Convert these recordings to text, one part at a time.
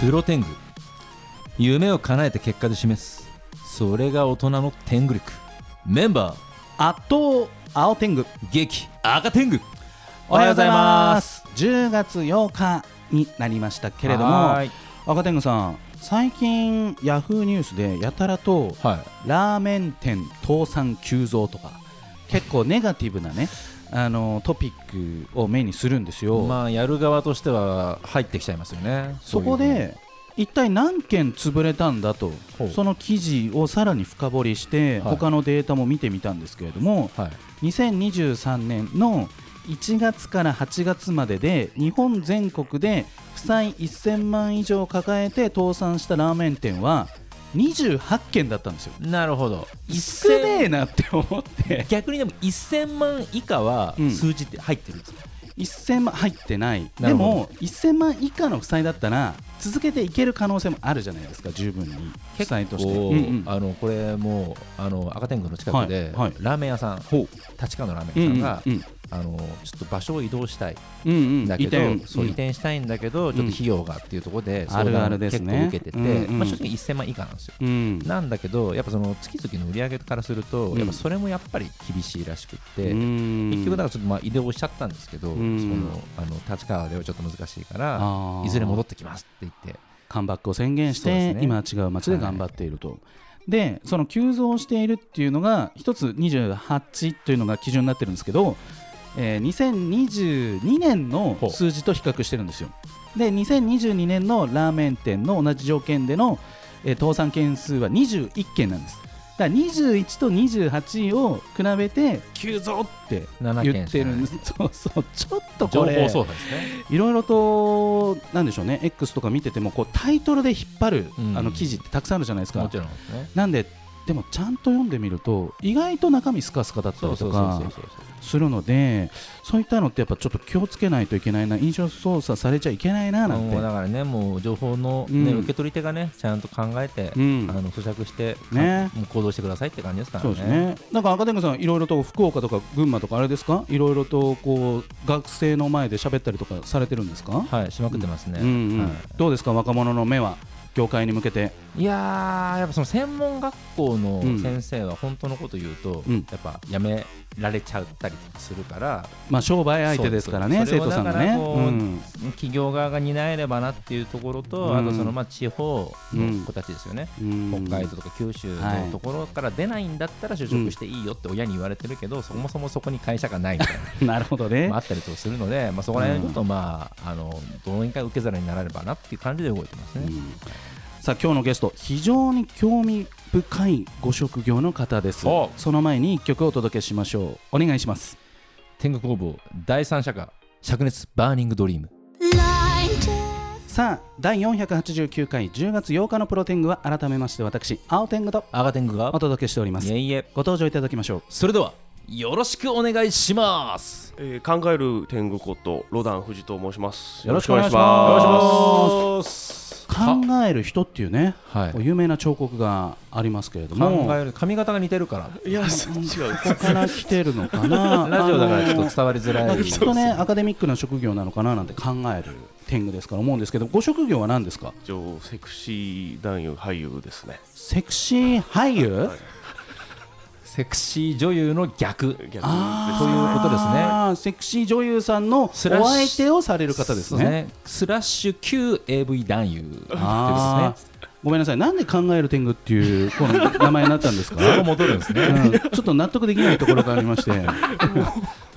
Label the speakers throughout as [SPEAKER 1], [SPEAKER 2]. [SPEAKER 1] プロテング夢を叶えて結果で示すそれが大人の天狗力メンバー
[SPEAKER 2] 圧倒青天狗
[SPEAKER 1] 激赤天狗
[SPEAKER 2] おはようございます10月8日になりましたけれども
[SPEAKER 1] はーい
[SPEAKER 2] 赤天狗さん最近ヤフーニュースでやたらと
[SPEAKER 1] はい
[SPEAKER 2] ラーメン店倒産急増とか結構ネガティブ なねあのトピックを目にするんですよ、
[SPEAKER 1] まあやる側としては入ってきちゃいますよね
[SPEAKER 2] そこ
[SPEAKER 1] ういう
[SPEAKER 2] で一体何件潰れたんだと
[SPEAKER 1] ほう
[SPEAKER 2] その記事をさらに深掘りして
[SPEAKER 1] はい
[SPEAKER 2] 他のデータも見てみたんですけれども
[SPEAKER 1] のはい
[SPEAKER 2] 2023年の1月から8月までで日本全国で負債1000万以上抱えて倒産したラーメン店は28件だったんですよ。
[SPEAKER 1] なるほど
[SPEAKER 2] 少ねえなって思って
[SPEAKER 1] 逆にでも1000万以下は
[SPEAKER 2] うん
[SPEAKER 1] 数字って入ってるんですか、
[SPEAKER 2] 1000万入ってない
[SPEAKER 1] な
[SPEAKER 2] で
[SPEAKER 1] るほど
[SPEAKER 2] も1000万以下の負債だったら続けていける可能性もあるじゃないですか十分に負
[SPEAKER 1] 結構
[SPEAKER 2] 債として。うんうん
[SPEAKER 1] あのこれもうあの赤天狗の近くで、
[SPEAKER 2] はいはい
[SPEAKER 1] ラーメン屋さん
[SPEAKER 2] ほ
[SPEAKER 1] 立川のラー
[SPEAKER 2] う
[SPEAKER 1] メン
[SPEAKER 2] ん
[SPEAKER 1] 屋
[SPEAKER 2] う
[SPEAKER 1] さん
[SPEAKER 2] ん
[SPEAKER 1] が、
[SPEAKER 2] うん
[SPEAKER 1] あのちょっと場所を移動したい
[SPEAKER 2] うんうん
[SPEAKER 1] だ
[SPEAKER 2] 移
[SPEAKER 1] けど、
[SPEAKER 2] 転
[SPEAKER 1] そう移転したいんだけど、ちょっと費用がっていうところで相
[SPEAKER 2] あるあ
[SPEAKER 1] 談
[SPEAKER 2] るで
[SPEAKER 1] 結
[SPEAKER 2] す
[SPEAKER 1] 構
[SPEAKER 2] ね
[SPEAKER 1] 受けてて、
[SPEAKER 2] うんうん
[SPEAKER 1] まあ、正直1000万以下なんですよ。
[SPEAKER 2] うんうん
[SPEAKER 1] なんだけど、やっぱその月々の売り上げからすると、
[SPEAKER 2] うん
[SPEAKER 1] やっぱそれもやっぱり厳しいらしくって、
[SPEAKER 2] うん
[SPEAKER 1] 結局、だからちょっとまあ移動しちゃったんですけど、
[SPEAKER 2] うん
[SPEAKER 1] そのあの立川ではちょっと難しいから、
[SPEAKER 2] あー
[SPEAKER 1] いずれ戻ってきますって言って、
[SPEAKER 2] カムバックを宣言し
[SPEAKER 1] そうで
[SPEAKER 2] て、
[SPEAKER 1] すね
[SPEAKER 2] 今は違う町で頑張っていると。でその急増しているっていうのが1つ28というのが基準になってるんですけど、えー2022年の
[SPEAKER 1] ほう
[SPEAKER 2] 数字と比較してるんですよで2022年のラーメン店の同じ条件での、えー倒産件数は21件なんですだから21と28を比べて急増って
[SPEAKER 1] 7
[SPEAKER 2] 言
[SPEAKER 1] 件
[SPEAKER 2] っ
[SPEAKER 1] してか
[SPEAKER 2] る
[SPEAKER 1] ない
[SPEAKER 2] んですそうそうちょっと
[SPEAKER 1] 情
[SPEAKER 2] これ
[SPEAKER 1] 報操作ですね。
[SPEAKER 2] いろいろと、なんでしょうね、X とか見てても、こうタイトルで引っ張る、
[SPEAKER 1] うん
[SPEAKER 2] あの記事ってたくさんあるじゃないです
[SPEAKER 1] も
[SPEAKER 2] か
[SPEAKER 1] ち。ろんですね。
[SPEAKER 2] なんで、でもちゃんと読んでみると、意外と中身スカスカだった
[SPEAKER 1] そう
[SPEAKER 2] り
[SPEAKER 1] そ
[SPEAKER 2] と
[SPEAKER 1] うそう
[SPEAKER 2] か
[SPEAKER 1] そうそう。
[SPEAKER 2] するので、そういったのって、やっぱちょっと気をつけないといけないな、印象操作されちゃいけないななんて
[SPEAKER 1] もう。だからね、もう情報の、ね
[SPEAKER 2] うん
[SPEAKER 1] 受け取り手がね、ちゃんと考えて、
[SPEAKER 2] うん
[SPEAKER 1] あの咀嚼して、
[SPEAKER 2] ね
[SPEAKER 1] かもう行動してくださいって感じですからね。
[SPEAKER 2] そうですねなんかアカデミーさん、いろいろと福岡とか群馬とか、あれですか、いろいろとこう学生の前で喋ったりとかされてるんですか、
[SPEAKER 1] はい、しまくってますね。
[SPEAKER 2] うんうん
[SPEAKER 1] は
[SPEAKER 2] どうですか、若者の目は、業界に向けて。
[SPEAKER 1] い、いやー、やっぱその専門学校の
[SPEAKER 2] うん
[SPEAKER 1] 先生は本当のこと言うと、
[SPEAKER 2] うん
[SPEAKER 1] やっぱやめられちゃったりとかするから、
[SPEAKER 2] まあ、商売相手ですからね、
[SPEAKER 1] そう
[SPEAKER 2] 生
[SPEAKER 1] そう
[SPEAKER 2] 徒さんが
[SPEAKER 1] それを
[SPEAKER 2] ね。
[SPEAKER 1] だからこう
[SPEAKER 2] うん
[SPEAKER 1] 企業側が担えればなっていうところと、
[SPEAKER 2] うん
[SPEAKER 1] あとそのまあ地方の子たちですよね。
[SPEAKER 2] うん
[SPEAKER 1] 北海道とか九州
[SPEAKER 2] はい
[SPEAKER 1] のところから出ないんだったら就職していいよって親に言われてるけど、そもそもそこに会社がないみたいな
[SPEAKER 2] なるほどね、
[SPEAKER 1] まあ、あったりとかするので、まあ、そこら辺ちょっと、まあ、あの動員会受け皿にならればなっていう感じで動いてますね。
[SPEAKER 2] さあ今日のゲスト非常に興味深いご職業の方です
[SPEAKER 1] お
[SPEAKER 2] その前に1曲をお届けしましょうお願いします
[SPEAKER 1] 天狗工房第三社歌灼熱バーニングドリーム。
[SPEAKER 2] さあ第489回10月8日のプロテングは改めまして私青天狗と
[SPEAKER 1] アガテングが
[SPEAKER 2] お届けしております
[SPEAKER 1] いえいえ
[SPEAKER 2] ご登場いただきましょう
[SPEAKER 1] それではよろしくお願いします。
[SPEAKER 3] えー、考える天狗ことロダン藤と申します。
[SPEAKER 2] よ
[SPEAKER 1] ろしくお願いします。
[SPEAKER 2] 考える人っていうね
[SPEAKER 1] はい
[SPEAKER 2] こう有名な彫刻がありますけれども
[SPEAKER 1] 考える髪型が似てるから
[SPEAKER 3] いや、そ違う。
[SPEAKER 2] ここから来てるのか な
[SPEAKER 1] ラジオだからちょ
[SPEAKER 2] あ
[SPEAKER 1] っ
[SPEAKER 2] の
[SPEAKER 1] と伝わりづら
[SPEAKER 2] まあ
[SPEAKER 1] い
[SPEAKER 2] きっとね、アカデミックな職業なのかななんて考える天狗ですから思うんですけど、ご職業は何ですか
[SPEAKER 3] 一応セクシー男優俳優ですね。
[SPEAKER 2] セクシー俳優
[SPEAKER 1] セクシー女優の逆
[SPEAKER 3] 逆にです
[SPEAKER 2] あー
[SPEAKER 1] ということですね
[SPEAKER 2] あーセクシー女優さんのお
[SPEAKER 1] スラッシュ
[SPEAKER 2] 相手をされる方です
[SPEAKER 1] そう
[SPEAKER 2] ね。
[SPEAKER 1] スラッシュ Q AV 男優ですね。
[SPEAKER 2] あーごめんなさい、なんで考える天狗っていうこの名前になったんで すか、
[SPEAKER 1] そこ
[SPEAKER 2] うん
[SPEAKER 1] 戻るんですね。
[SPEAKER 2] ちょっと納得できないところがありまして、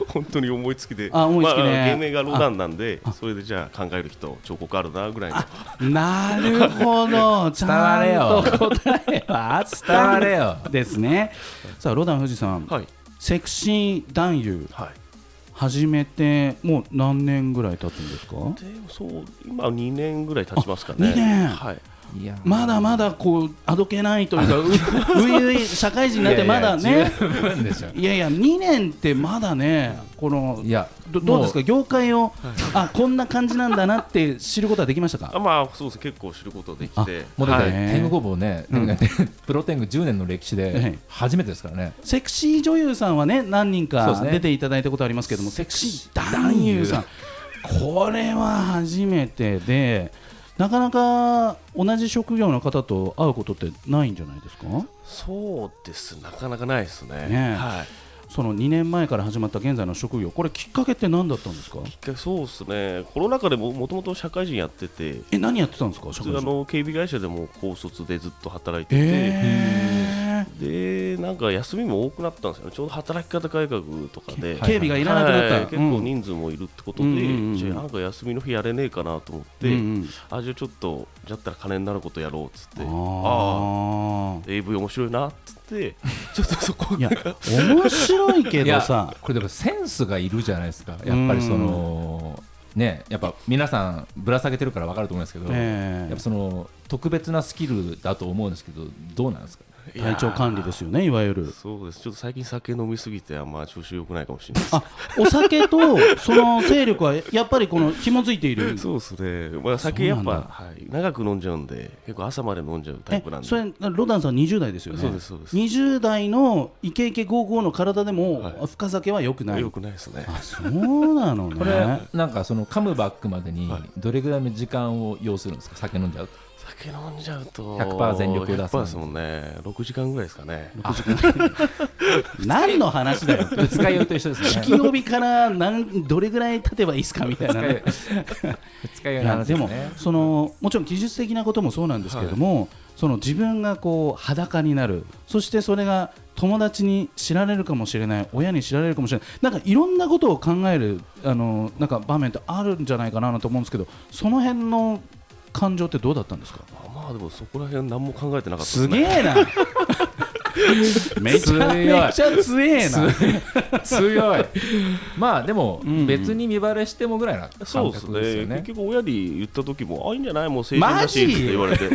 [SPEAKER 3] 本当に思いつきで。
[SPEAKER 2] あ思いつきで
[SPEAKER 3] まあ、芸名がロダンなんで、それでじゃあ考える人彫刻あるなぐらいの。
[SPEAKER 2] なるほど、ち
[SPEAKER 1] 伝われ
[SPEAKER 2] ゃ
[SPEAKER 1] よ
[SPEAKER 2] んと答えはあった
[SPEAKER 1] 伝われよ。
[SPEAKER 2] ですね。さあ、ロダン富士さん、
[SPEAKER 3] はい
[SPEAKER 2] セクシー男優、
[SPEAKER 3] はい。
[SPEAKER 2] 始めてもう何年ぐらい経つんですか
[SPEAKER 3] でもそう今二年ぐらい経ちますかね。
[SPEAKER 2] あ二年
[SPEAKER 3] はい。
[SPEAKER 1] いや
[SPEAKER 2] まだまだこうあどけないというかう 初々社会人になってまだね
[SPEAKER 1] 十分でしょ。
[SPEAKER 2] いやいや2年ってまだねこの
[SPEAKER 1] いや
[SPEAKER 2] どどう
[SPEAKER 1] も
[SPEAKER 2] ですか業界を、あこんな感じなんだなって知ることはできま した
[SPEAKER 3] あ
[SPEAKER 2] か
[SPEAKER 3] まあそうですね結構知ることできて。
[SPEAKER 1] もうだって
[SPEAKER 3] はい
[SPEAKER 2] はい
[SPEAKER 1] 天狗工房ね、
[SPEAKER 2] うん
[SPEAKER 1] 天狗プロ天狗10年の歴史
[SPEAKER 2] はい
[SPEAKER 1] で初めてですからね。
[SPEAKER 2] セクシー女優さんはね何人
[SPEAKER 1] そう
[SPEAKER 2] か
[SPEAKER 1] ですね
[SPEAKER 2] 出ていただいたことありますけども、セクシー男優さんこれは初めてでなかなか同じ職業の方と会うことってないんじゃないですか
[SPEAKER 3] そうですなかなかないですね
[SPEAKER 2] ねえ
[SPEAKER 3] はい
[SPEAKER 2] その2年前から始まった現在の職業これきっかけって何だったんですか
[SPEAKER 3] 一回そうですねコロナ禍でももともと社会人やってて
[SPEAKER 2] え何やってたんですか
[SPEAKER 3] 普
[SPEAKER 2] 社会
[SPEAKER 3] 通あ
[SPEAKER 2] 人
[SPEAKER 3] の警備会社でも高卒でずっと働いてて、
[SPEAKER 2] え
[SPEAKER 3] でなんか休みも多くなったんですよねちょうど働き方改革とかで、
[SPEAKER 2] ー、警備がいらなくなった、
[SPEAKER 3] はい結構人数もいるってことで、
[SPEAKER 2] うんうんうんうん
[SPEAKER 3] じゃあなんか休みの日やれねえかなと思って、
[SPEAKER 2] うんうんうん
[SPEAKER 3] あじゃあちょっとじゃったら金になることやろうっつって
[SPEAKER 2] あ
[SPEAKER 3] あ
[SPEAKER 2] ー
[SPEAKER 3] AV 面白いなっつってちょっとそこ
[SPEAKER 2] いや
[SPEAKER 3] が
[SPEAKER 2] 面白いけ
[SPEAKER 1] い
[SPEAKER 2] ど
[SPEAKER 1] や
[SPEAKER 2] さ
[SPEAKER 1] これでもセンスがいるじゃないですかやっぱりそのねやっぱ皆さんぶら下げてるから分かると思うんですけど、
[SPEAKER 2] え
[SPEAKER 1] やっ
[SPEAKER 2] え
[SPEAKER 1] ぱその特別なスキルだと思うんですけどどうなんですか
[SPEAKER 2] 体調管理ですよねいわゆる
[SPEAKER 3] そうですちょっと最近酒飲みすぎてあんま調子良くないかもしれないです
[SPEAKER 2] あお酒とその勢力はやっぱりこの紐づいてい る
[SPEAKER 3] そうですね、まあ、酒やっ
[SPEAKER 2] そう
[SPEAKER 3] ぱ
[SPEAKER 2] なん、だ
[SPEAKER 3] はい、長く飲んじゃうんで結構朝まで飲んじゃうタイプなん
[SPEAKER 2] え
[SPEAKER 3] で
[SPEAKER 2] それロダンさん20代ですよね
[SPEAKER 3] そうですそうです
[SPEAKER 2] 20代のイケイケゴーゴーの体でも、
[SPEAKER 3] はい
[SPEAKER 2] 深酒は良くない
[SPEAKER 3] 良くないですね
[SPEAKER 2] あそうなの
[SPEAKER 1] これ
[SPEAKER 2] ね
[SPEAKER 1] なんかそのカムバックまでに
[SPEAKER 3] はい
[SPEAKER 1] どれぐらいの時間を要するんですか酒飲んじゃうと
[SPEAKER 3] 酒飲んじゃうと
[SPEAKER 1] 100%全力を出す
[SPEAKER 3] 100%ですもんね6時間ぐらいですかね
[SPEAKER 2] 何の話 だよ
[SPEAKER 1] 二日酔いと一緒 です
[SPEAKER 2] 引
[SPEAKER 1] ね
[SPEAKER 2] き呼びから何どれぐらい経てばいいですかみたいなね
[SPEAKER 1] 二日酔い
[SPEAKER 2] い
[SPEAKER 1] の
[SPEAKER 2] や
[SPEAKER 1] 話
[SPEAKER 2] で
[SPEAKER 1] です
[SPEAKER 2] も
[SPEAKER 1] ね
[SPEAKER 2] そのもちろん技術的なこともそうなんですけれども、その自分がこう裸になるそしてそれが友達に知られるかもしれない親に知られるかもしれないなんかいろんなことを考えるあのなんか場面ってあるんじゃないかなと思うんですけどその辺の感情ってどうだったんですか
[SPEAKER 3] あまあでもそこら辺何も考えてなかったです
[SPEAKER 2] す
[SPEAKER 3] ね
[SPEAKER 2] げえな めちゃめちゃ強えな
[SPEAKER 1] 強い まあでも
[SPEAKER 2] うんうん
[SPEAKER 1] 別に見バレしてもぐらいな
[SPEAKER 3] そう
[SPEAKER 1] 感
[SPEAKER 3] です
[SPEAKER 1] 覚
[SPEAKER 3] ね
[SPEAKER 1] ですよ
[SPEAKER 3] 結
[SPEAKER 1] ね
[SPEAKER 3] 局親に言った時もあいいんじゃないもう成人だし
[SPEAKER 2] マ
[SPEAKER 3] っ
[SPEAKER 2] ジ
[SPEAKER 3] て言われて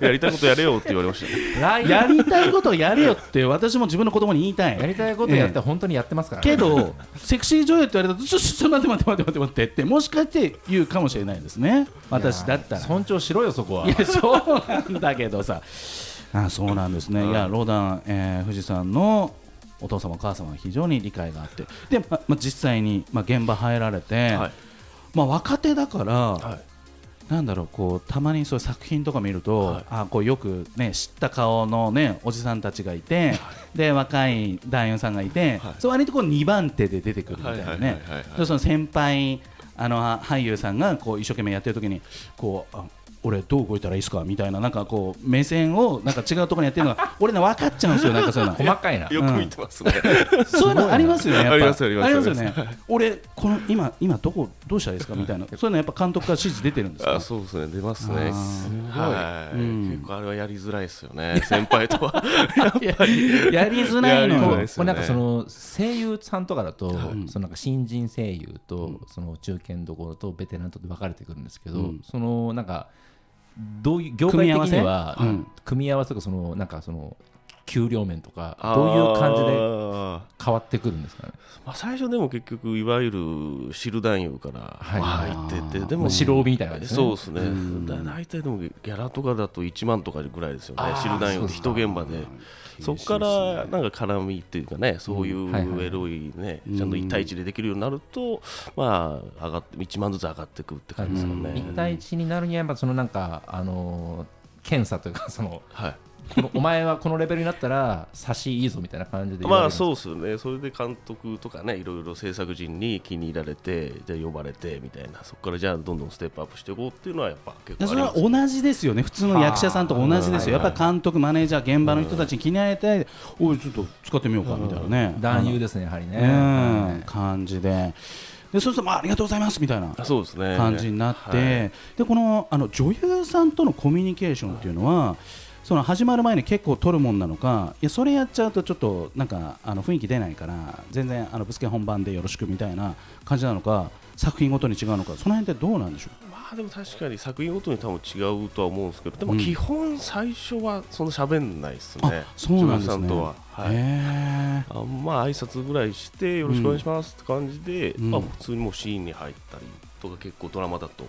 [SPEAKER 3] やりたいことやれよって言われましたね
[SPEAKER 1] 来
[SPEAKER 2] や
[SPEAKER 1] や
[SPEAKER 2] りたいことやれよって私も自分の子供に言いたい
[SPEAKER 1] やりたいことやって本当にやってますからね
[SPEAKER 2] けど、セクシー女優って言われたら、ちょちょちょ、待って待って待って待って待ってって、もしかして言うかもしれないですね、私だったら。
[SPEAKER 1] 尊重しろよそこはい
[SPEAKER 2] や、そうなんだけどさ、あそうなんですね、
[SPEAKER 3] うん
[SPEAKER 2] いや、ローダン、えー富士山のお父様、お母様は非常に理解があって、で、まま、実際に、ま、現場入られて、
[SPEAKER 3] はい
[SPEAKER 2] ま、若手だから、
[SPEAKER 3] はい
[SPEAKER 2] なんだろうこうたまにそういう作品とか見ると、
[SPEAKER 3] はい
[SPEAKER 2] あこうよく、ね、知った顔の、ね、おじさんたちがいて、で若い男優さんがいて、
[SPEAKER 3] はい
[SPEAKER 2] そう割とこう2番手で出てくるみたいな
[SPEAKER 3] はいはい
[SPEAKER 2] ね
[SPEAKER 3] はいはいはい
[SPEAKER 2] でその先輩あのは俳優さんがこう一生懸命やってる時にこうあ俺どう動いたらいいですかみたいななんかこう目線をなんか違うところにやってる のが俺ね分かっちゃうんですよなんかそういうの
[SPEAKER 1] 細かいな
[SPEAKER 3] よく見てますね、
[SPEAKER 2] そういうのありますよねやっぱ
[SPEAKER 3] ありますあります
[SPEAKER 2] よね俺この今今どこどうしたらいいですかみたいなそういうのやっぱ監督から指示出てるんですか
[SPEAKER 3] あそうですね出ますね
[SPEAKER 2] あ
[SPEAKER 3] は
[SPEAKER 2] ー
[SPEAKER 3] い、
[SPEAKER 2] うん
[SPEAKER 3] 結構あれはやりづらいですよね先輩とは
[SPEAKER 2] やりづら
[SPEAKER 3] や
[SPEAKER 2] いの
[SPEAKER 3] りづ
[SPEAKER 2] よ
[SPEAKER 3] らいですよね
[SPEAKER 1] なんかその声優さんとかだと、
[SPEAKER 2] い
[SPEAKER 1] そのなんか新人声優とその中堅どころとベテランとで分かれてくるんですけど、
[SPEAKER 2] うん
[SPEAKER 1] そのなんかどういう業界的には
[SPEAKER 2] 組み合わせうん
[SPEAKER 1] 組み合わせとかそのなんかその給料面とかどういう感じで
[SPEAKER 3] で
[SPEAKER 1] 変わってくるんですかね。
[SPEAKER 3] まあ、最初でも結局いわゆる汁男優から
[SPEAKER 1] はい
[SPEAKER 3] 入っててで
[SPEAKER 1] まあ
[SPEAKER 3] も
[SPEAKER 1] 白帯みたいな感じですね
[SPEAKER 3] そうですねだ大体でもギャラとかだと1万とかぐらいですよね汁男優って一現場でそこからなんか絡みっていうかねそういう
[SPEAKER 1] はいはい
[SPEAKER 3] エロいねちゃんと1対1でできるようになるとまあ上がって1万ずつ上がってくって感じですよね
[SPEAKER 1] 一対一になるにはやっぱそのなんかあのー検査というか その
[SPEAKER 3] はい
[SPEAKER 1] このお前はこのレベルになったら差しいいぞみたいな感じで言われ
[SPEAKER 3] ま
[SPEAKER 1] るん
[SPEAKER 3] あ
[SPEAKER 1] ですか
[SPEAKER 3] そうですよね、それで監督とかね、いろいろ制作陣に気に入られて、じゃあ呼ばれてみたいな、そこからじゃあどんどんステップアップしていこうっていうのは、やっぱ結構あ
[SPEAKER 2] そ
[SPEAKER 3] り
[SPEAKER 2] れ
[SPEAKER 3] ま
[SPEAKER 2] は
[SPEAKER 3] すね
[SPEAKER 2] 同じですよね、普通の役者さんと同じですよ、
[SPEAKER 3] あー
[SPEAKER 2] やっぱ監督、マネージャー、現場の人たちに気に入られて、おい、ちょっと使ってみようかみたいなね、
[SPEAKER 1] 男優ですねやはりね。
[SPEAKER 2] うん感じで、でそうすると、まあ、ありがとうございますみたいな
[SPEAKER 3] あそうですね
[SPEAKER 2] 感じになって、
[SPEAKER 3] はい
[SPEAKER 2] でこのあの女優さんとのコミュニケーションっていうのは、その始まる前に結構取るもんなのか、いやそれやっちゃうと、ちょっとなんかあの雰囲気出ないから、全然あのぶつけ本番でよろしくみたいな感じなのか、作品ごとに違うのか、その辺ってどうなんでしょう
[SPEAKER 3] まあでも確かに作品ごとに多分違うとは思うんですけど、で
[SPEAKER 2] う
[SPEAKER 3] も
[SPEAKER 2] ん
[SPEAKER 3] 基本、最初はそんな喋んないですね、
[SPEAKER 2] あそうなんですね
[SPEAKER 3] 女優さんとは。はい
[SPEAKER 2] へ
[SPEAKER 3] あまあ挨拶ぐらいして、よろしくお願いしますって感じで、
[SPEAKER 2] うん
[SPEAKER 3] まあ、普通にもうシーンに入ったりとか、結構ドラマだと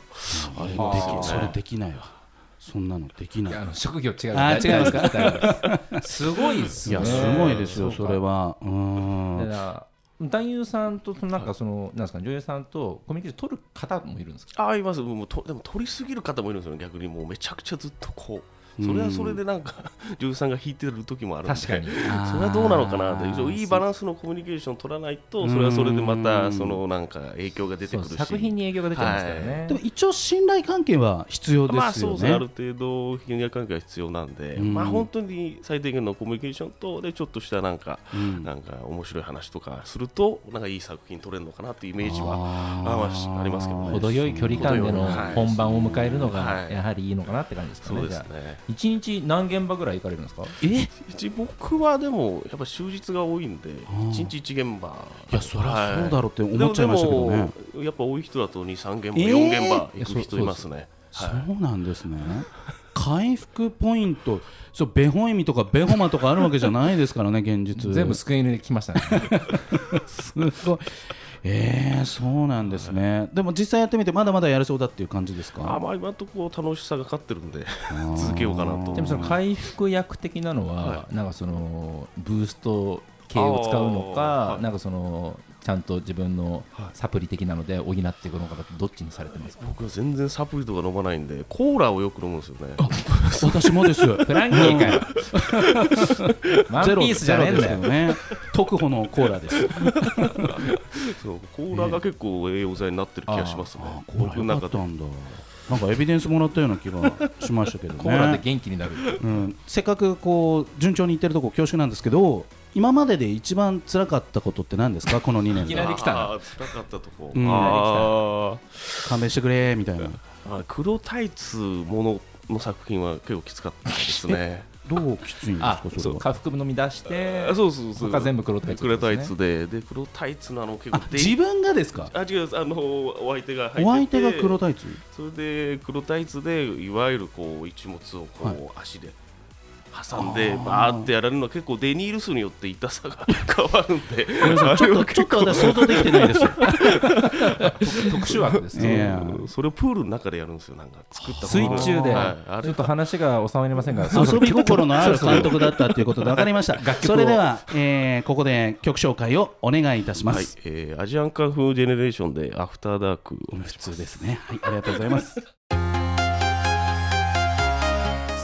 [SPEAKER 3] あり
[SPEAKER 2] え
[SPEAKER 3] ますよ
[SPEAKER 1] あ
[SPEAKER 3] ね。
[SPEAKER 1] ー
[SPEAKER 2] それできないわそんなのできな
[SPEAKER 1] い
[SPEAKER 2] い
[SPEAKER 1] やあ
[SPEAKER 2] い
[SPEAKER 1] の職業違う
[SPEAKER 2] あ
[SPEAKER 1] あ
[SPEAKER 2] ー違うん
[SPEAKER 1] か
[SPEAKER 2] です
[SPEAKER 1] すごいですね
[SPEAKER 2] やすごいですよそれはうー
[SPEAKER 1] だか
[SPEAKER 2] ん
[SPEAKER 1] ら男優さんとそのなんかその、なんですかね女優さんとコミュニケーション取る方もいるんですか
[SPEAKER 3] ああいますもうとでも取りすぎる方もいるんですよね逆にもうめちゃくちゃずっとこうそれはそれでなんか 女優さんが弾いてる時もあるんで
[SPEAKER 1] 確かに
[SPEAKER 3] それはどうなのかなって一応いいバ
[SPEAKER 2] ン
[SPEAKER 3] ランスのコミュニケーションを取らないとそれはそれでまたそのなんか影響が出て
[SPEAKER 1] そ
[SPEAKER 3] く
[SPEAKER 1] う
[SPEAKER 3] るし
[SPEAKER 1] 作品に影響が出ちゃいますからね、
[SPEAKER 2] でも一応信頼関係は必要で
[SPEAKER 3] まあ
[SPEAKER 2] す
[SPEAKER 3] そう
[SPEAKER 2] よね、
[SPEAKER 3] ですねある程度人間関係が必要なんで、
[SPEAKER 2] うん
[SPEAKER 3] まあ本当に最低限のコミュニケーションとでちょっとしたなんか、
[SPEAKER 2] うん
[SPEAKER 3] なんか面白い話とかするとなんかいい作品撮れるのかなっていうイメージは
[SPEAKER 2] あー
[SPEAKER 3] あまあありますけどね
[SPEAKER 1] 程よい距離感での本番を迎えるのが
[SPEAKER 3] はい
[SPEAKER 1] やはりいいのかなって感じですかね、
[SPEAKER 3] そうで
[SPEAKER 1] じ
[SPEAKER 3] す
[SPEAKER 1] ゃあ
[SPEAKER 3] ね
[SPEAKER 1] 一日何現場ぐらい行かれるんですか
[SPEAKER 2] えいう
[SPEAKER 3] ち僕はでもやっぱ終日が多いんで
[SPEAKER 2] ー
[SPEAKER 3] 1日1現場
[SPEAKER 2] やそりゃそう
[SPEAKER 3] は
[SPEAKER 2] だろうって
[SPEAKER 3] い
[SPEAKER 2] 思っちゃいましたけどね、
[SPEAKER 3] でもやっぱ多い人だと23現場、
[SPEAKER 2] えー
[SPEAKER 3] 4現場行く人いますね
[SPEAKER 2] そ
[SPEAKER 3] はいう
[SPEAKER 2] なんですね回復ポイントそうベホイミとかベホマとかあるわけじゃないで すからね現実
[SPEAKER 1] 全部救い犬で来ましたね
[SPEAKER 2] すごい えー、そうなんですね、でも実際やってみてまだまだやれそうだっていう感じです
[SPEAKER 3] あ
[SPEAKER 2] か
[SPEAKER 3] まあ今のところ楽しさが勝ってるんで続けようかなと
[SPEAKER 1] でもその回復薬的なのは、
[SPEAKER 3] は
[SPEAKER 1] なんかそのブースト系を使うのか、
[SPEAKER 3] あーはい
[SPEAKER 1] なんかそのちゃんと自分のサプリ的なので補っていくのかどっちにされて ますか
[SPEAKER 3] 僕は全然サプリとか飲まないんでコーラをよく飲むんですよね
[SPEAKER 2] 私も です
[SPEAKER 1] フランキ ーかよ ワンピ
[SPEAKER 2] ゼロ
[SPEAKER 1] ースじゃねえんだ
[SPEAKER 2] ゼ
[SPEAKER 1] よ
[SPEAKER 2] ロですけどね特保のコーラです
[SPEAKER 3] そうコーラが結構栄養剤になってる気がしますね
[SPEAKER 2] あーコ
[SPEAKER 3] 僕
[SPEAKER 2] ー
[SPEAKER 3] の
[SPEAKER 2] ラよ
[SPEAKER 3] 中
[SPEAKER 2] かっ
[SPEAKER 3] で
[SPEAKER 2] たんだなんかエビデンスもらったような気がしましたけど ね
[SPEAKER 1] コーラで元気になる
[SPEAKER 2] うん、せっかくこう順調にいってるとこ恐縮なんですけど今までで一番辛かったことって何ですかこの2年
[SPEAKER 1] いき
[SPEAKER 2] で
[SPEAKER 1] なり来たな
[SPEAKER 3] あー辛かったとこ、
[SPEAKER 2] うん
[SPEAKER 3] あ
[SPEAKER 2] 勘弁してくれみたいな
[SPEAKER 3] ーあ黒タイツものの作品は結構きつかったですね
[SPEAKER 2] どうきついんです
[SPEAKER 1] あ
[SPEAKER 2] かそ
[SPEAKER 1] そ
[SPEAKER 2] れ
[SPEAKER 1] う
[SPEAKER 2] は
[SPEAKER 1] 下腹部飲み出して
[SPEAKER 3] あそうそうそう
[SPEAKER 1] 他全部黒タイツ
[SPEAKER 3] 黒タイツでで黒タイツのあの結構
[SPEAKER 2] あ
[SPEAKER 3] で
[SPEAKER 2] 自分がですか
[SPEAKER 3] あ違うあのお相手が入ってて
[SPEAKER 2] お相手が黒タイツ
[SPEAKER 3] それで黒タイツでいわゆるこう一物をこう、
[SPEAKER 2] はい
[SPEAKER 3] 足で挟んで
[SPEAKER 2] あー
[SPEAKER 3] バーってやられるのは結構デニール数によって痛さが 変わるんで
[SPEAKER 2] ごめんなさいちょっとちょっと私想像できてないですよ
[SPEAKER 1] 特殊枠です
[SPEAKER 2] い
[SPEAKER 1] ね
[SPEAKER 2] や
[SPEAKER 3] うんそれをプールの中でやるんですよなんか作った
[SPEAKER 1] 水中で、
[SPEAKER 3] はいあ
[SPEAKER 1] ち
[SPEAKER 3] れ
[SPEAKER 1] ょっと話が収まりませんが、そろそろ
[SPEAKER 2] 遊び心のある監督だったということで分かりました
[SPEAKER 1] 楽曲を
[SPEAKER 2] それでは、えーここで曲紹介をお願いいたしま
[SPEAKER 3] はい
[SPEAKER 2] す、
[SPEAKER 3] えーアジアンカンフージェネレーションでアフターダークを
[SPEAKER 2] 普通ですね、はい、ありがとうございます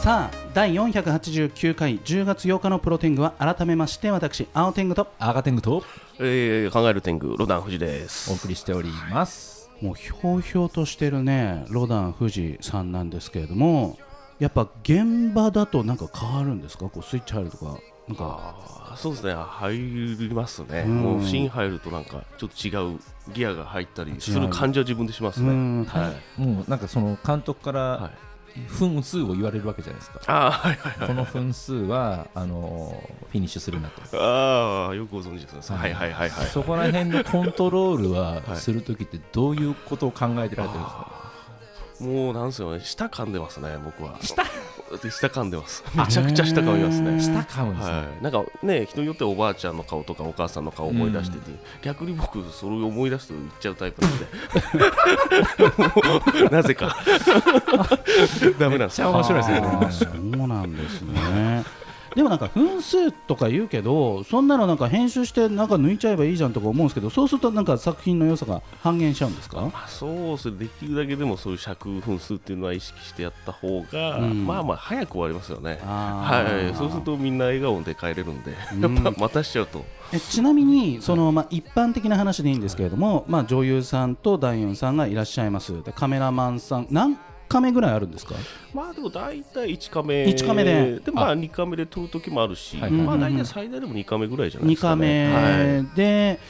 [SPEAKER 2] さあ第489回10月8日のプロテングは改めまして私青天狗と
[SPEAKER 1] アーガテングと
[SPEAKER 3] えー考える天狗ロダン富士で
[SPEAKER 1] お
[SPEAKER 3] す
[SPEAKER 1] 送りしております。
[SPEAKER 2] もうひょうひょうとしてるねロダン富士さんなんですけれどもやっぱ現場だとなんか変わるんですかこうスイッチ入るとかなんか
[SPEAKER 3] あーそうですね入りますね、
[SPEAKER 2] うん
[SPEAKER 3] もうシーン入るとなんかちょっと違うギアが入ったりする感じは自分でします
[SPEAKER 2] う
[SPEAKER 3] ね、
[SPEAKER 2] ん
[SPEAKER 3] はい
[SPEAKER 1] もうなんかその監督か
[SPEAKER 3] はい
[SPEAKER 1] ら分数を言われるわけじゃないですか。
[SPEAKER 3] あーはいはい
[SPEAKER 1] この分数はあのフィニッシュするなと。
[SPEAKER 3] ああよくご存知ですねはいはいはいはい
[SPEAKER 1] そこら辺のコントロールは
[SPEAKER 3] はい
[SPEAKER 1] するときってどういうことを考えてられてるんですか。
[SPEAKER 3] もうなんすよね舌噛んでますね僕は舌舌噛んでますめちゃくちゃ舌噛みますね
[SPEAKER 1] 下噛むんですね。
[SPEAKER 3] はい、なんかね人によってはおばあちゃんの顔とかお母さんの顔を思い出してて、逆に僕それを思い出すと言っちゃうタイプなんでもうなぜかダメなんです
[SPEAKER 1] めっちゃ面白いですね
[SPEAKER 2] あーそうなんですね。 でもなんか分数とか言うけどそんなのなんか編集してなんか抜いちゃえばいいじゃんとか思うんですけどそうするとなんか作品の良さが半減しちゃうんですか
[SPEAKER 3] まあそうですねできるだけでもそういう尺分数っていうのは意識してやった方が、
[SPEAKER 2] うん
[SPEAKER 3] まあまあ早く終わりますよね
[SPEAKER 2] あー
[SPEAKER 3] はいそうするとみんな笑顔で帰れるんでや
[SPEAKER 2] うん
[SPEAKER 3] っぱ待たしちゃうと
[SPEAKER 2] えちなみにその、まあ、一般的な話でいいんですけれども、まあ、女優さんと男優さんがいらっしゃいますでカメラマンさん何カメぐらいあるんですか
[SPEAKER 3] まあでも大体1カメ
[SPEAKER 2] 一カメで
[SPEAKER 3] まあ2カメで撮る時もあるし、
[SPEAKER 1] はい
[SPEAKER 3] まあ大体最大でも2カメぐらいじゃないで
[SPEAKER 2] 2
[SPEAKER 3] す
[SPEAKER 2] カ
[SPEAKER 3] か、ね、はい
[SPEAKER 2] メで、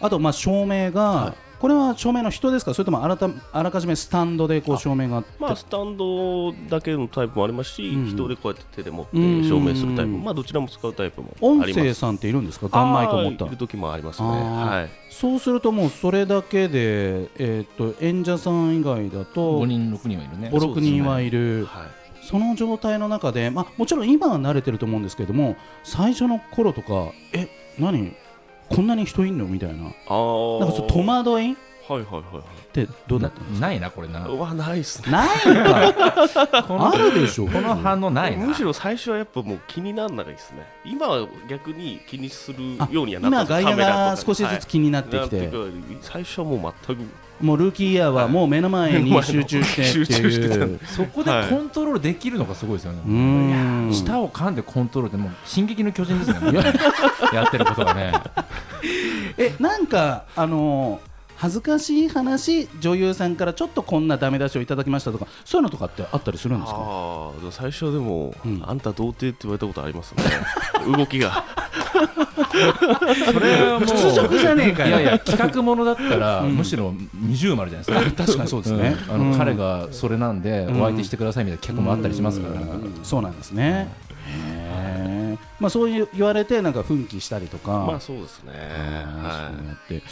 [SPEAKER 2] あとまあ照明が、
[SPEAKER 3] は
[SPEAKER 2] これは照明の人ですかそれともあらたあらかじめスタンドでこう照明があって
[SPEAKER 3] まあ、スタンドだけのタイプもありますし、
[SPEAKER 2] うん
[SPEAKER 3] 人でこうやって手で持って
[SPEAKER 2] うん
[SPEAKER 3] 証明するタイプ、まあ、どちらも使うタイプもあ
[SPEAKER 2] 音
[SPEAKER 3] ります
[SPEAKER 2] 声さんっているんですかガンマイクを持っ
[SPEAKER 3] あーいる
[SPEAKER 2] た
[SPEAKER 3] 時もありますね、
[SPEAKER 2] あー
[SPEAKER 3] はい、
[SPEAKER 2] そうするともうそれだけで、えーっと演者さん以外だと
[SPEAKER 1] 五
[SPEAKER 2] 56
[SPEAKER 1] 人六人はいるね。
[SPEAKER 3] そうですね
[SPEAKER 2] 人はいる
[SPEAKER 3] はい、
[SPEAKER 2] その状態の中で、まあ、もちろん今は慣れてると思うんですけども最初の頃とかえ何こんなに人いんのみたいな
[SPEAKER 3] あー
[SPEAKER 2] なんかそう戸惑い
[SPEAKER 3] はいはいはい
[SPEAKER 2] ってどうだったの
[SPEAKER 1] ないなこれな
[SPEAKER 3] はい。うわ、ないっすね。
[SPEAKER 2] ない んか
[SPEAKER 1] こ
[SPEAKER 2] あるでしょ
[SPEAKER 1] この反応ないな
[SPEAKER 3] むしろ最初はやっぱもう気にならないですね。今は逆に気にする
[SPEAKER 2] あ
[SPEAKER 3] ようにはな
[SPEAKER 2] 今
[SPEAKER 3] ったカ
[SPEAKER 2] 外
[SPEAKER 3] メラ
[SPEAKER 2] 野
[SPEAKER 3] とか
[SPEAKER 2] が
[SPEAKER 3] に
[SPEAKER 2] 少しずつ気になってきて、
[SPEAKER 3] はいなってくる最初はもう全く
[SPEAKER 2] もうルーキーイヤーはもう目の 前に集中してって
[SPEAKER 3] 集中してた
[SPEAKER 2] い
[SPEAKER 3] ん
[SPEAKER 2] う。
[SPEAKER 1] そこで
[SPEAKER 3] はい
[SPEAKER 1] コントロールできるのがすごいですよね、
[SPEAKER 2] うーん
[SPEAKER 1] 舌を噛んでコントロールってもう「進撃の巨人」ですねも うやってることがね
[SPEAKER 2] えなんかあのー恥ずかしい話女優さんからちょっとこんなダメ出しをいただきましたとかそういうのとかってあったりするんですか
[SPEAKER 3] ああでも最初はでも、
[SPEAKER 2] うん
[SPEAKER 3] あんた童貞って言われたことありますね 動きが
[SPEAKER 1] それはもう
[SPEAKER 2] 普通食じゃねえかよ
[SPEAKER 1] いやいや企画ものだったら、
[SPEAKER 2] うん
[SPEAKER 1] むしろ二重丸じゃないですか
[SPEAKER 2] 確かにそうですね
[SPEAKER 1] んあの
[SPEAKER 2] うん
[SPEAKER 1] 彼がそれなんで
[SPEAKER 2] うん
[SPEAKER 1] お相手してくださいみたいな企画もあったりしますから、
[SPEAKER 2] うんそうなんですね、へーまあ、そういう言われてなんか奮起したりとか、
[SPEAKER 3] まあそうですね
[SPEAKER 2] あーそう
[SPEAKER 3] は
[SPEAKER 2] やって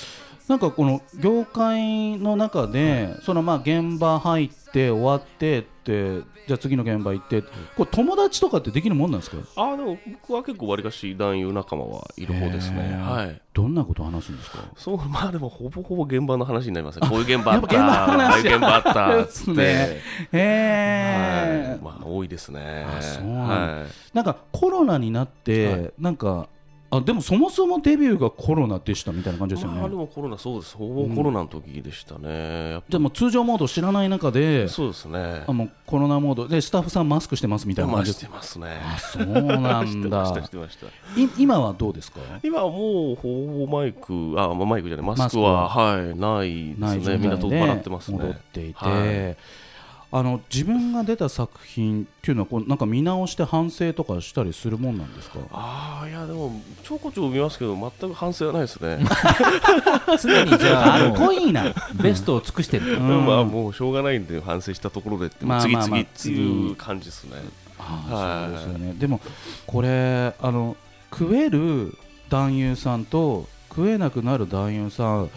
[SPEAKER 2] なんかこの業界の中で、そのまあ現場入って終わってってじゃあ次の現場行ってこれ友達とかってできるもんなんですか
[SPEAKER 3] いあーでも僕は結構わりかし男優仲間はいる方です
[SPEAKER 2] へ
[SPEAKER 3] ね
[SPEAKER 2] ー
[SPEAKER 3] はい
[SPEAKER 2] どんなこと話すんですか
[SPEAKER 3] そうまあでもほぼほぼ現場の話になりますねこういう現場あ
[SPEAKER 2] やっ
[SPEAKER 3] っ
[SPEAKER 2] ぱ
[SPEAKER 3] たああいう
[SPEAKER 2] 現
[SPEAKER 3] 現
[SPEAKER 2] 場の
[SPEAKER 3] 場あっ
[SPEAKER 2] 話
[SPEAKER 3] たっ
[SPEAKER 2] です
[SPEAKER 3] つっ
[SPEAKER 2] ね
[SPEAKER 3] て、は
[SPEAKER 2] へえ
[SPEAKER 3] い、まあ多いですね
[SPEAKER 2] あそうなん
[SPEAKER 3] は
[SPEAKER 2] なんかコロナになって、
[SPEAKER 3] は
[SPEAKER 2] なんかあでもそもそもデビューがコロナでしたみたいな感じ
[SPEAKER 3] い
[SPEAKER 2] ですよね、
[SPEAKER 3] まあでもコロナそうですほぼコロナの時でしたね、やっぱ
[SPEAKER 2] じゃあもう通常モードを知らない中で
[SPEAKER 3] そうですね
[SPEAKER 2] あもうコロナモードでスタッフさんマスクしてますみたいな
[SPEAKER 3] ま
[SPEAKER 2] 感
[SPEAKER 3] あ
[SPEAKER 2] じ
[SPEAKER 3] し
[SPEAKER 2] です
[SPEAKER 3] てますね
[SPEAKER 2] あそうな
[SPEAKER 3] し
[SPEAKER 2] ん
[SPEAKER 3] てました
[SPEAKER 2] だ
[SPEAKER 3] してました
[SPEAKER 2] い今はどうですか
[SPEAKER 3] 今はもうほぼマイクあまあマイクじゃないマスク
[SPEAKER 2] マ
[SPEAKER 3] ははいない
[SPEAKER 2] ない
[SPEAKER 3] です
[SPEAKER 2] 状
[SPEAKER 3] ね
[SPEAKER 2] 態で
[SPEAKER 3] みんな取っ払ってます
[SPEAKER 2] 戻っ
[SPEAKER 3] ね
[SPEAKER 2] ていて、
[SPEAKER 3] は
[SPEAKER 2] あの自分が出た作品っていうのはこうなんか見直して反省とかしたりするもんなんですか
[SPEAKER 3] ああいやでもちょこちょこ見ますけど全く反省はないですね
[SPEAKER 1] 常にじゃあ
[SPEAKER 2] あ
[SPEAKER 1] も
[SPEAKER 2] こいいな
[SPEAKER 1] うベストを尽くしてる
[SPEAKER 3] で
[SPEAKER 2] うん
[SPEAKER 3] も まあもうしょうがないんで反省したところでって
[SPEAKER 2] まあ
[SPEAKER 3] 次
[SPEAKER 2] まあまあ
[SPEAKER 3] 々っていう感じですね
[SPEAKER 2] あー
[SPEAKER 3] はい
[SPEAKER 2] そうですよねでもこれあの食える男優さんと食えなくなる男優さん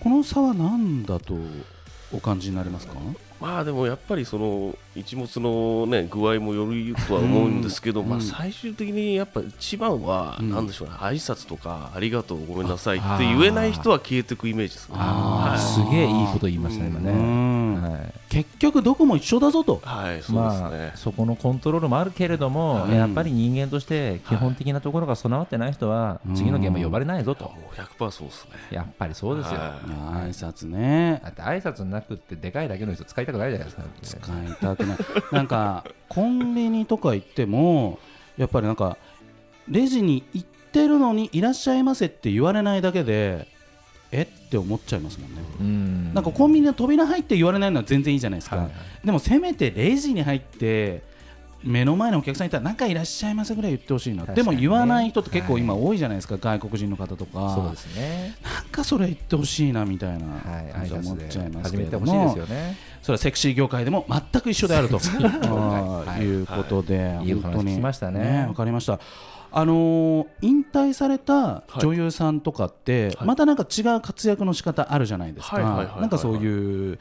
[SPEAKER 2] この差は何だとお感じになりますか
[SPEAKER 3] まあでもやっぱりその一物のね具合もよるとは思うんですけど、
[SPEAKER 2] うん
[SPEAKER 3] ま
[SPEAKER 2] う
[SPEAKER 3] あ
[SPEAKER 2] ん
[SPEAKER 3] 最終的にやっぱ一番は
[SPEAKER 2] うん
[SPEAKER 3] なんでしょうね、挨拶とかありがとうごめんなさいって言えない人は消えていくイメージですね
[SPEAKER 2] あ
[SPEAKER 1] あ
[SPEAKER 3] は
[SPEAKER 1] ー
[SPEAKER 3] い
[SPEAKER 1] すげえいいこと言いましたね今
[SPEAKER 2] う
[SPEAKER 1] ね、
[SPEAKER 2] ん
[SPEAKER 1] はい
[SPEAKER 2] 結局どこも一緒だぞと
[SPEAKER 3] はい、そうですね。
[SPEAKER 1] まあ、そこのコントロールもあるけれども、
[SPEAKER 2] はい
[SPEAKER 1] やっぱり人間として基本的なところが備わってない人は、
[SPEAKER 2] うん
[SPEAKER 1] 次の現場呼ばれないぞと、
[SPEAKER 3] もう100%そうですね。
[SPEAKER 1] やっぱりそうです
[SPEAKER 3] は
[SPEAKER 1] よ、
[SPEAKER 3] い
[SPEAKER 2] や挨拶ね
[SPEAKER 1] だって挨拶なくってでかいだけの人使いたくないじゃないですか
[SPEAKER 2] 使いたくないなんかコンビニとか行ってもやっぱりなんかレジに行ってるのにいらっしゃいませって言われないだけでえって思っちゃいますもんね、
[SPEAKER 1] うん
[SPEAKER 2] なんかコンビニの扉入って言われないのは全然いいじゃないですか、
[SPEAKER 1] はいはい
[SPEAKER 2] でもせめてレジに入って目の前のお客さんいたらなんかいらっしゃいませぐらい言ってほしいな、
[SPEAKER 1] 確か
[SPEAKER 2] で
[SPEAKER 1] に
[SPEAKER 2] も
[SPEAKER 1] ね
[SPEAKER 2] 言わない人って結構今多いじゃないですか、外国人の方とか
[SPEAKER 1] そうですね
[SPEAKER 2] なんかそれ言ってほしいなみたいな
[SPEAKER 1] はい
[SPEAKER 2] 感
[SPEAKER 1] 挨
[SPEAKER 2] じは思っ
[SPEAKER 1] 拶
[SPEAKER 2] ちゃい
[SPEAKER 1] で
[SPEAKER 2] ま
[SPEAKER 1] 始
[SPEAKER 2] すけれ
[SPEAKER 1] めてほ
[SPEAKER 2] ども
[SPEAKER 1] しいですよね
[SPEAKER 2] それはセクシー業界でも全く一緒で あるとあ
[SPEAKER 1] は
[SPEAKER 2] ー
[SPEAKER 1] い
[SPEAKER 2] いうことで、
[SPEAKER 1] いいお話
[SPEAKER 2] 本当に
[SPEAKER 1] 聞きましたね
[SPEAKER 2] わかりました。あのー引退された女優さんとかって、
[SPEAKER 3] はい
[SPEAKER 2] またなんか違う活躍の仕方あるじゃないですか。
[SPEAKER 3] はいはいはいはいはい
[SPEAKER 2] なんかそういう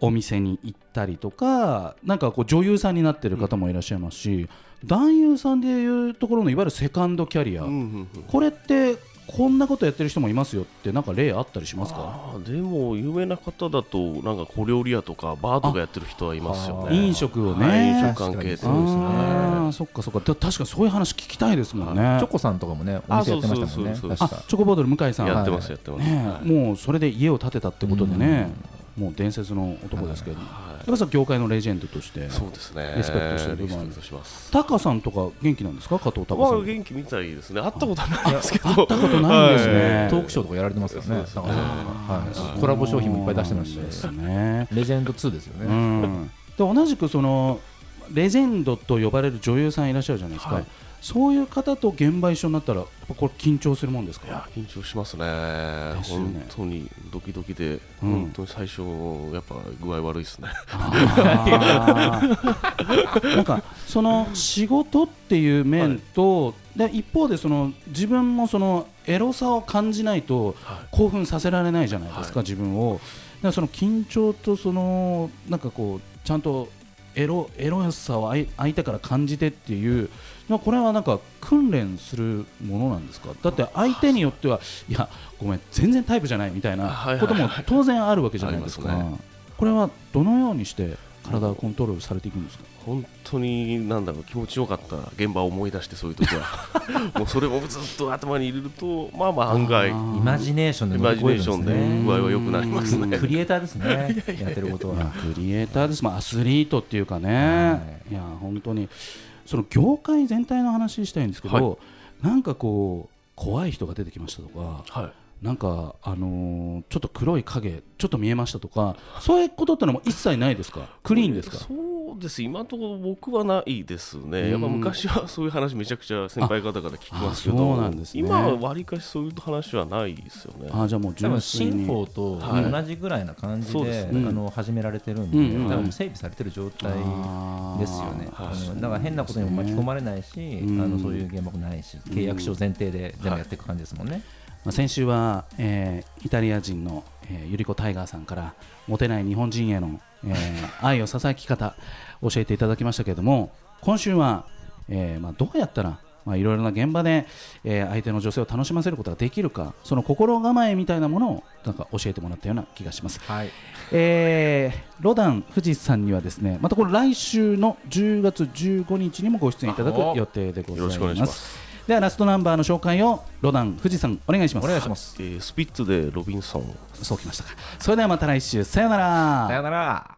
[SPEAKER 2] お店に行ったりとか、なんかこう女優さんになってる方もいらっしゃいますし、男優さんでいうところのいわゆるセカンドキャリア、
[SPEAKER 3] うんうんうん
[SPEAKER 2] これってこんなことやってる人もいますよってなんか例あったりしますか？
[SPEAKER 3] あーでも、有名な方だと、なんか小料理屋とか、バーとかやってる人はいますよ
[SPEAKER 1] あ
[SPEAKER 3] ね。
[SPEAKER 2] 飲食をね。
[SPEAKER 3] はい飲食関係
[SPEAKER 1] そうですね
[SPEAKER 2] あーそっかそっか。だ確かにそういう話聞きたいですもんね。
[SPEAKER 1] チョコさんとかもねお店やってましたもんね
[SPEAKER 3] あそうそうそうそう
[SPEAKER 1] 確
[SPEAKER 2] あ
[SPEAKER 1] か
[SPEAKER 2] チョコボードル向井さん。
[SPEAKER 3] やって
[SPEAKER 2] ね
[SPEAKER 3] ます、やってます。は
[SPEAKER 2] え
[SPEAKER 3] い
[SPEAKER 2] もうそれで家を建てたってことでね、もう伝説の男ですけど、や
[SPEAKER 3] は
[SPEAKER 2] っぱさ業界のレジェンドとして。
[SPEAKER 3] そうですね。
[SPEAKER 2] リスペクトしてる部
[SPEAKER 3] リ
[SPEAKER 2] 分
[SPEAKER 3] ス
[SPEAKER 2] ある
[SPEAKER 3] ペクトします。
[SPEAKER 2] タカさんとか元気なんですか、加藤タカ
[SPEAKER 3] ま
[SPEAKER 2] さ
[SPEAKER 3] あ、
[SPEAKER 2] ん。会っ
[SPEAKER 3] 元気みたいですね。会ったことはないですけど。会った
[SPEAKER 2] ことないんですね。
[SPEAKER 1] トークショーとかやられてますよね
[SPEAKER 3] そう
[SPEAKER 1] だからはいコラボ商品もいっぱい出してますし
[SPEAKER 2] ですね。
[SPEAKER 1] レジェンド2ですよ
[SPEAKER 2] う
[SPEAKER 1] ね
[SPEAKER 2] ん。で同じくそのレジェンドと呼ばれる女優さんいらっしゃるじゃないですか。
[SPEAKER 3] はい
[SPEAKER 2] そういう方と現場一緒になったら、やっぱこれ緊張するもんです
[SPEAKER 3] いや
[SPEAKER 2] か。
[SPEAKER 3] 緊張しますね
[SPEAKER 2] ですよね
[SPEAKER 3] 本当にドキドキで、
[SPEAKER 2] うん
[SPEAKER 3] 本当に最初、やっぱ具合悪いですね、
[SPEAKER 2] あーなんかその仕事っていう面と、で一方でその自分もそのエロさを感じないと
[SPEAKER 3] はい
[SPEAKER 2] 興奮させられないじゃないですか、自分をだからその緊張とそのなんかこうちゃんとエロエロさを相相手から感じてっていうまあこれはなんか訓練するものなんですかだって相手によってはいやごめん全然タイプじゃないみたい
[SPEAKER 3] はいはい
[SPEAKER 2] な
[SPEAKER 3] はい
[SPEAKER 2] ことも当然あるわけじゃないですか
[SPEAKER 3] あります
[SPEAKER 2] これはどのようにして体をコントロールされていくんですか
[SPEAKER 3] 本当になんだろう気持ちよかった現場を思い出してそういう時 はもうそれもずっと頭に入れるとまあまあ案外
[SPEAKER 2] あ
[SPEAKER 3] イ
[SPEAKER 2] ー
[SPEAKER 1] イマジネーションで
[SPEAKER 3] マ
[SPEAKER 1] 乗り
[SPEAKER 3] ジ
[SPEAKER 1] 越
[SPEAKER 3] ネー
[SPEAKER 1] え
[SPEAKER 3] シ
[SPEAKER 1] る
[SPEAKER 3] ョン
[SPEAKER 1] ん
[SPEAKER 3] で
[SPEAKER 1] ですね
[SPEAKER 3] 具合は良くなりますね
[SPEAKER 1] クリエイターですねやってること
[SPEAKER 2] ま
[SPEAKER 1] は
[SPEAKER 2] あ、クリエイターですもんアスリートっていうかね、、
[SPEAKER 1] はい
[SPEAKER 2] や本当にその業界全体の話したいんですけど、
[SPEAKER 3] は
[SPEAKER 2] なんかこう怖い人が出てきましたとか
[SPEAKER 3] はい
[SPEAKER 2] なんか、あのーちょっと黒い影ちょっと見えましたとかそういうことってのも一切ないですかクリーンですか
[SPEAKER 3] そうです今のところ僕はないですね、やっぱ
[SPEAKER 2] うん
[SPEAKER 3] 昔はそういう話、めちゃくちゃ先輩方から聞きますけ
[SPEAKER 2] ああ
[SPEAKER 3] ど、
[SPEAKER 2] そうなんですね
[SPEAKER 3] 今はわりかしそういう話はないですよね。
[SPEAKER 2] あーじゃあもう
[SPEAKER 1] 多
[SPEAKER 2] 純
[SPEAKER 1] 分
[SPEAKER 2] 粋
[SPEAKER 1] 新
[SPEAKER 2] に
[SPEAKER 1] 法と同じぐらいな感じ
[SPEAKER 3] はいそう
[SPEAKER 1] で、
[SPEAKER 3] です
[SPEAKER 2] ね
[SPEAKER 1] あの始められてるん
[SPEAKER 2] うんうんうん
[SPEAKER 1] で、多分整備されてる状態ですよね、
[SPEAKER 3] あー
[SPEAKER 1] あのだから変なことにも巻き込まれないし、
[SPEAKER 2] うん
[SPEAKER 1] あのそういう現場もないし、契約書を前提で全部やっていく感じですもんね。
[SPEAKER 2] まあ、先週は、えーイタリア人の、えー、ゆりこタイガーさんからモテない日本人への、えー 愛をささやき方教えていただきましたけれども今週は、えーまあ、どうやったらまあいろいろな現場で、えー相手の女性を楽しませることができるかその心構えみたいなものをなんか教えてもらったような気がします、
[SPEAKER 1] はい、
[SPEAKER 2] えーロダン富士山にはですねまたこれ来週の10月15日にもご出演いただく予定でご
[SPEAKER 3] よろ
[SPEAKER 2] ざ
[SPEAKER 3] し
[SPEAKER 2] い
[SPEAKER 3] くお願
[SPEAKER 2] ま
[SPEAKER 3] いしま
[SPEAKER 2] す
[SPEAKER 3] す、
[SPEAKER 2] ではラストナンバーの紹介をロダン富士山お願いします
[SPEAKER 1] お願いします。
[SPEAKER 3] えースピッツでロビンソン
[SPEAKER 2] そうきましたか。それではまた来週、さようなら
[SPEAKER 1] さよなら。